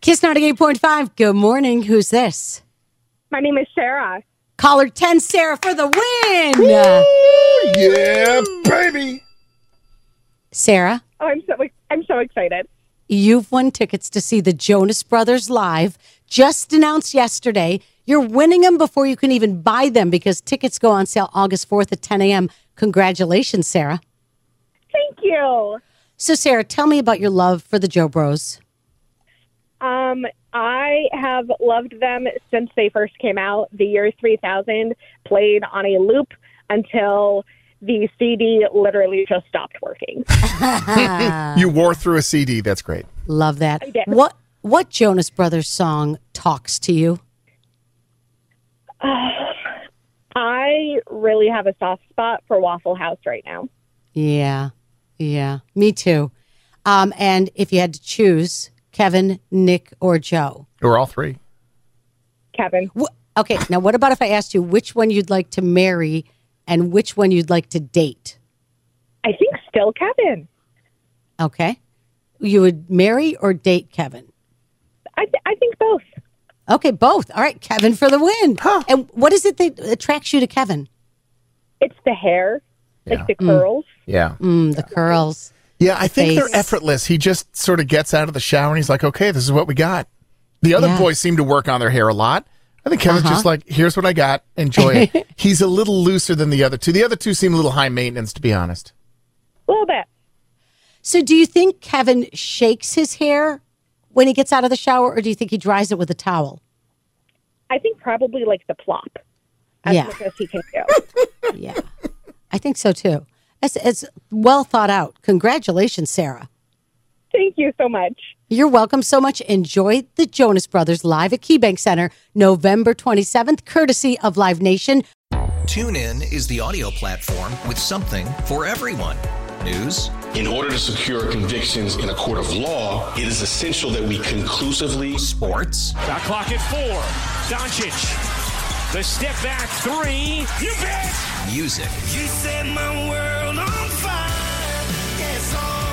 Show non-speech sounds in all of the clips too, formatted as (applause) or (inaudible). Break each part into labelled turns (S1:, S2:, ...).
S1: Kiss 98.5. Good morning. Who's this?
S2: My name is Sarah.
S1: Caller 10 Sarah for the win.
S3: Ooh, yeah, baby.
S1: Sarah.
S2: Oh, I'm so I'm so excited.
S1: You've won tickets to see the Jonas Brothers live. Just announced yesterday. You're winning them before you can even buy them because tickets go on sale August 4th at 10 a.m. Congratulations, Sarah.
S2: Thank you.
S1: So, Sarah, tell me about your love for the Joe Bros.
S2: Um, I have loved them since they first came out. The year 3000 played on a loop until the CD literally just stopped working.
S3: you wore through a CD. That's great.
S1: Love that. What What Jonas Brothers song talks to you?
S2: Uh, I really have a soft spot for Waffle House right now.
S1: Yeah, yeah, me too. Um, and if you had to choose, Kevin, Nick, or Joe?
S3: Or all three.
S2: Kevin.
S1: Wh- okay, now what about if I asked you which one you'd like to marry and which one you'd like to date?
S2: I think still Kevin.
S1: Okay. You would marry or date Kevin?
S2: I, th- I think both.
S1: Okay, both. All right, Kevin for the win. Huh. And what is it that attracts you to Kevin?
S2: It's the hair, yeah. like the curls.
S3: Mm. Yeah.
S1: Mm, the curls.
S3: Yeah, I think face. they're effortless. He just sort of gets out of the shower and he's like, okay, this is what we got. The other yeah. boys seem to work on their hair a lot. I think Kevin's uh-huh. just like, here's what I got. Enjoy (laughs) it. he's a little looser than the other two. The other two seem a little high maintenance, to be honest.
S2: A little bit.
S1: So, do you think Kevin shakes his hair when he gets out of the shower, or do you think he dries it with a towel?
S2: I think probably like the plop, as yeah. much as he can do. (laughs)
S1: yeah, I think so too. That's, it's well thought out. Congratulations, Sarah.
S2: Thank you so much.
S1: You're welcome so much. Enjoy the Jonas Brothers live at KeyBank Center November 27th, courtesy of Live Nation.
S4: Tune in is the audio platform with something for everyone. News.
S5: In order to secure convictions in a court of law, it is essential that we conclusively.
S4: Sports.
S6: Shot clock at four. Doncic. The step back three. You bet.
S4: Music.
S7: You set my world on fire. Yes,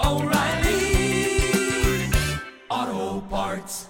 S7: oh, oh, O'Reilly Auto Parts.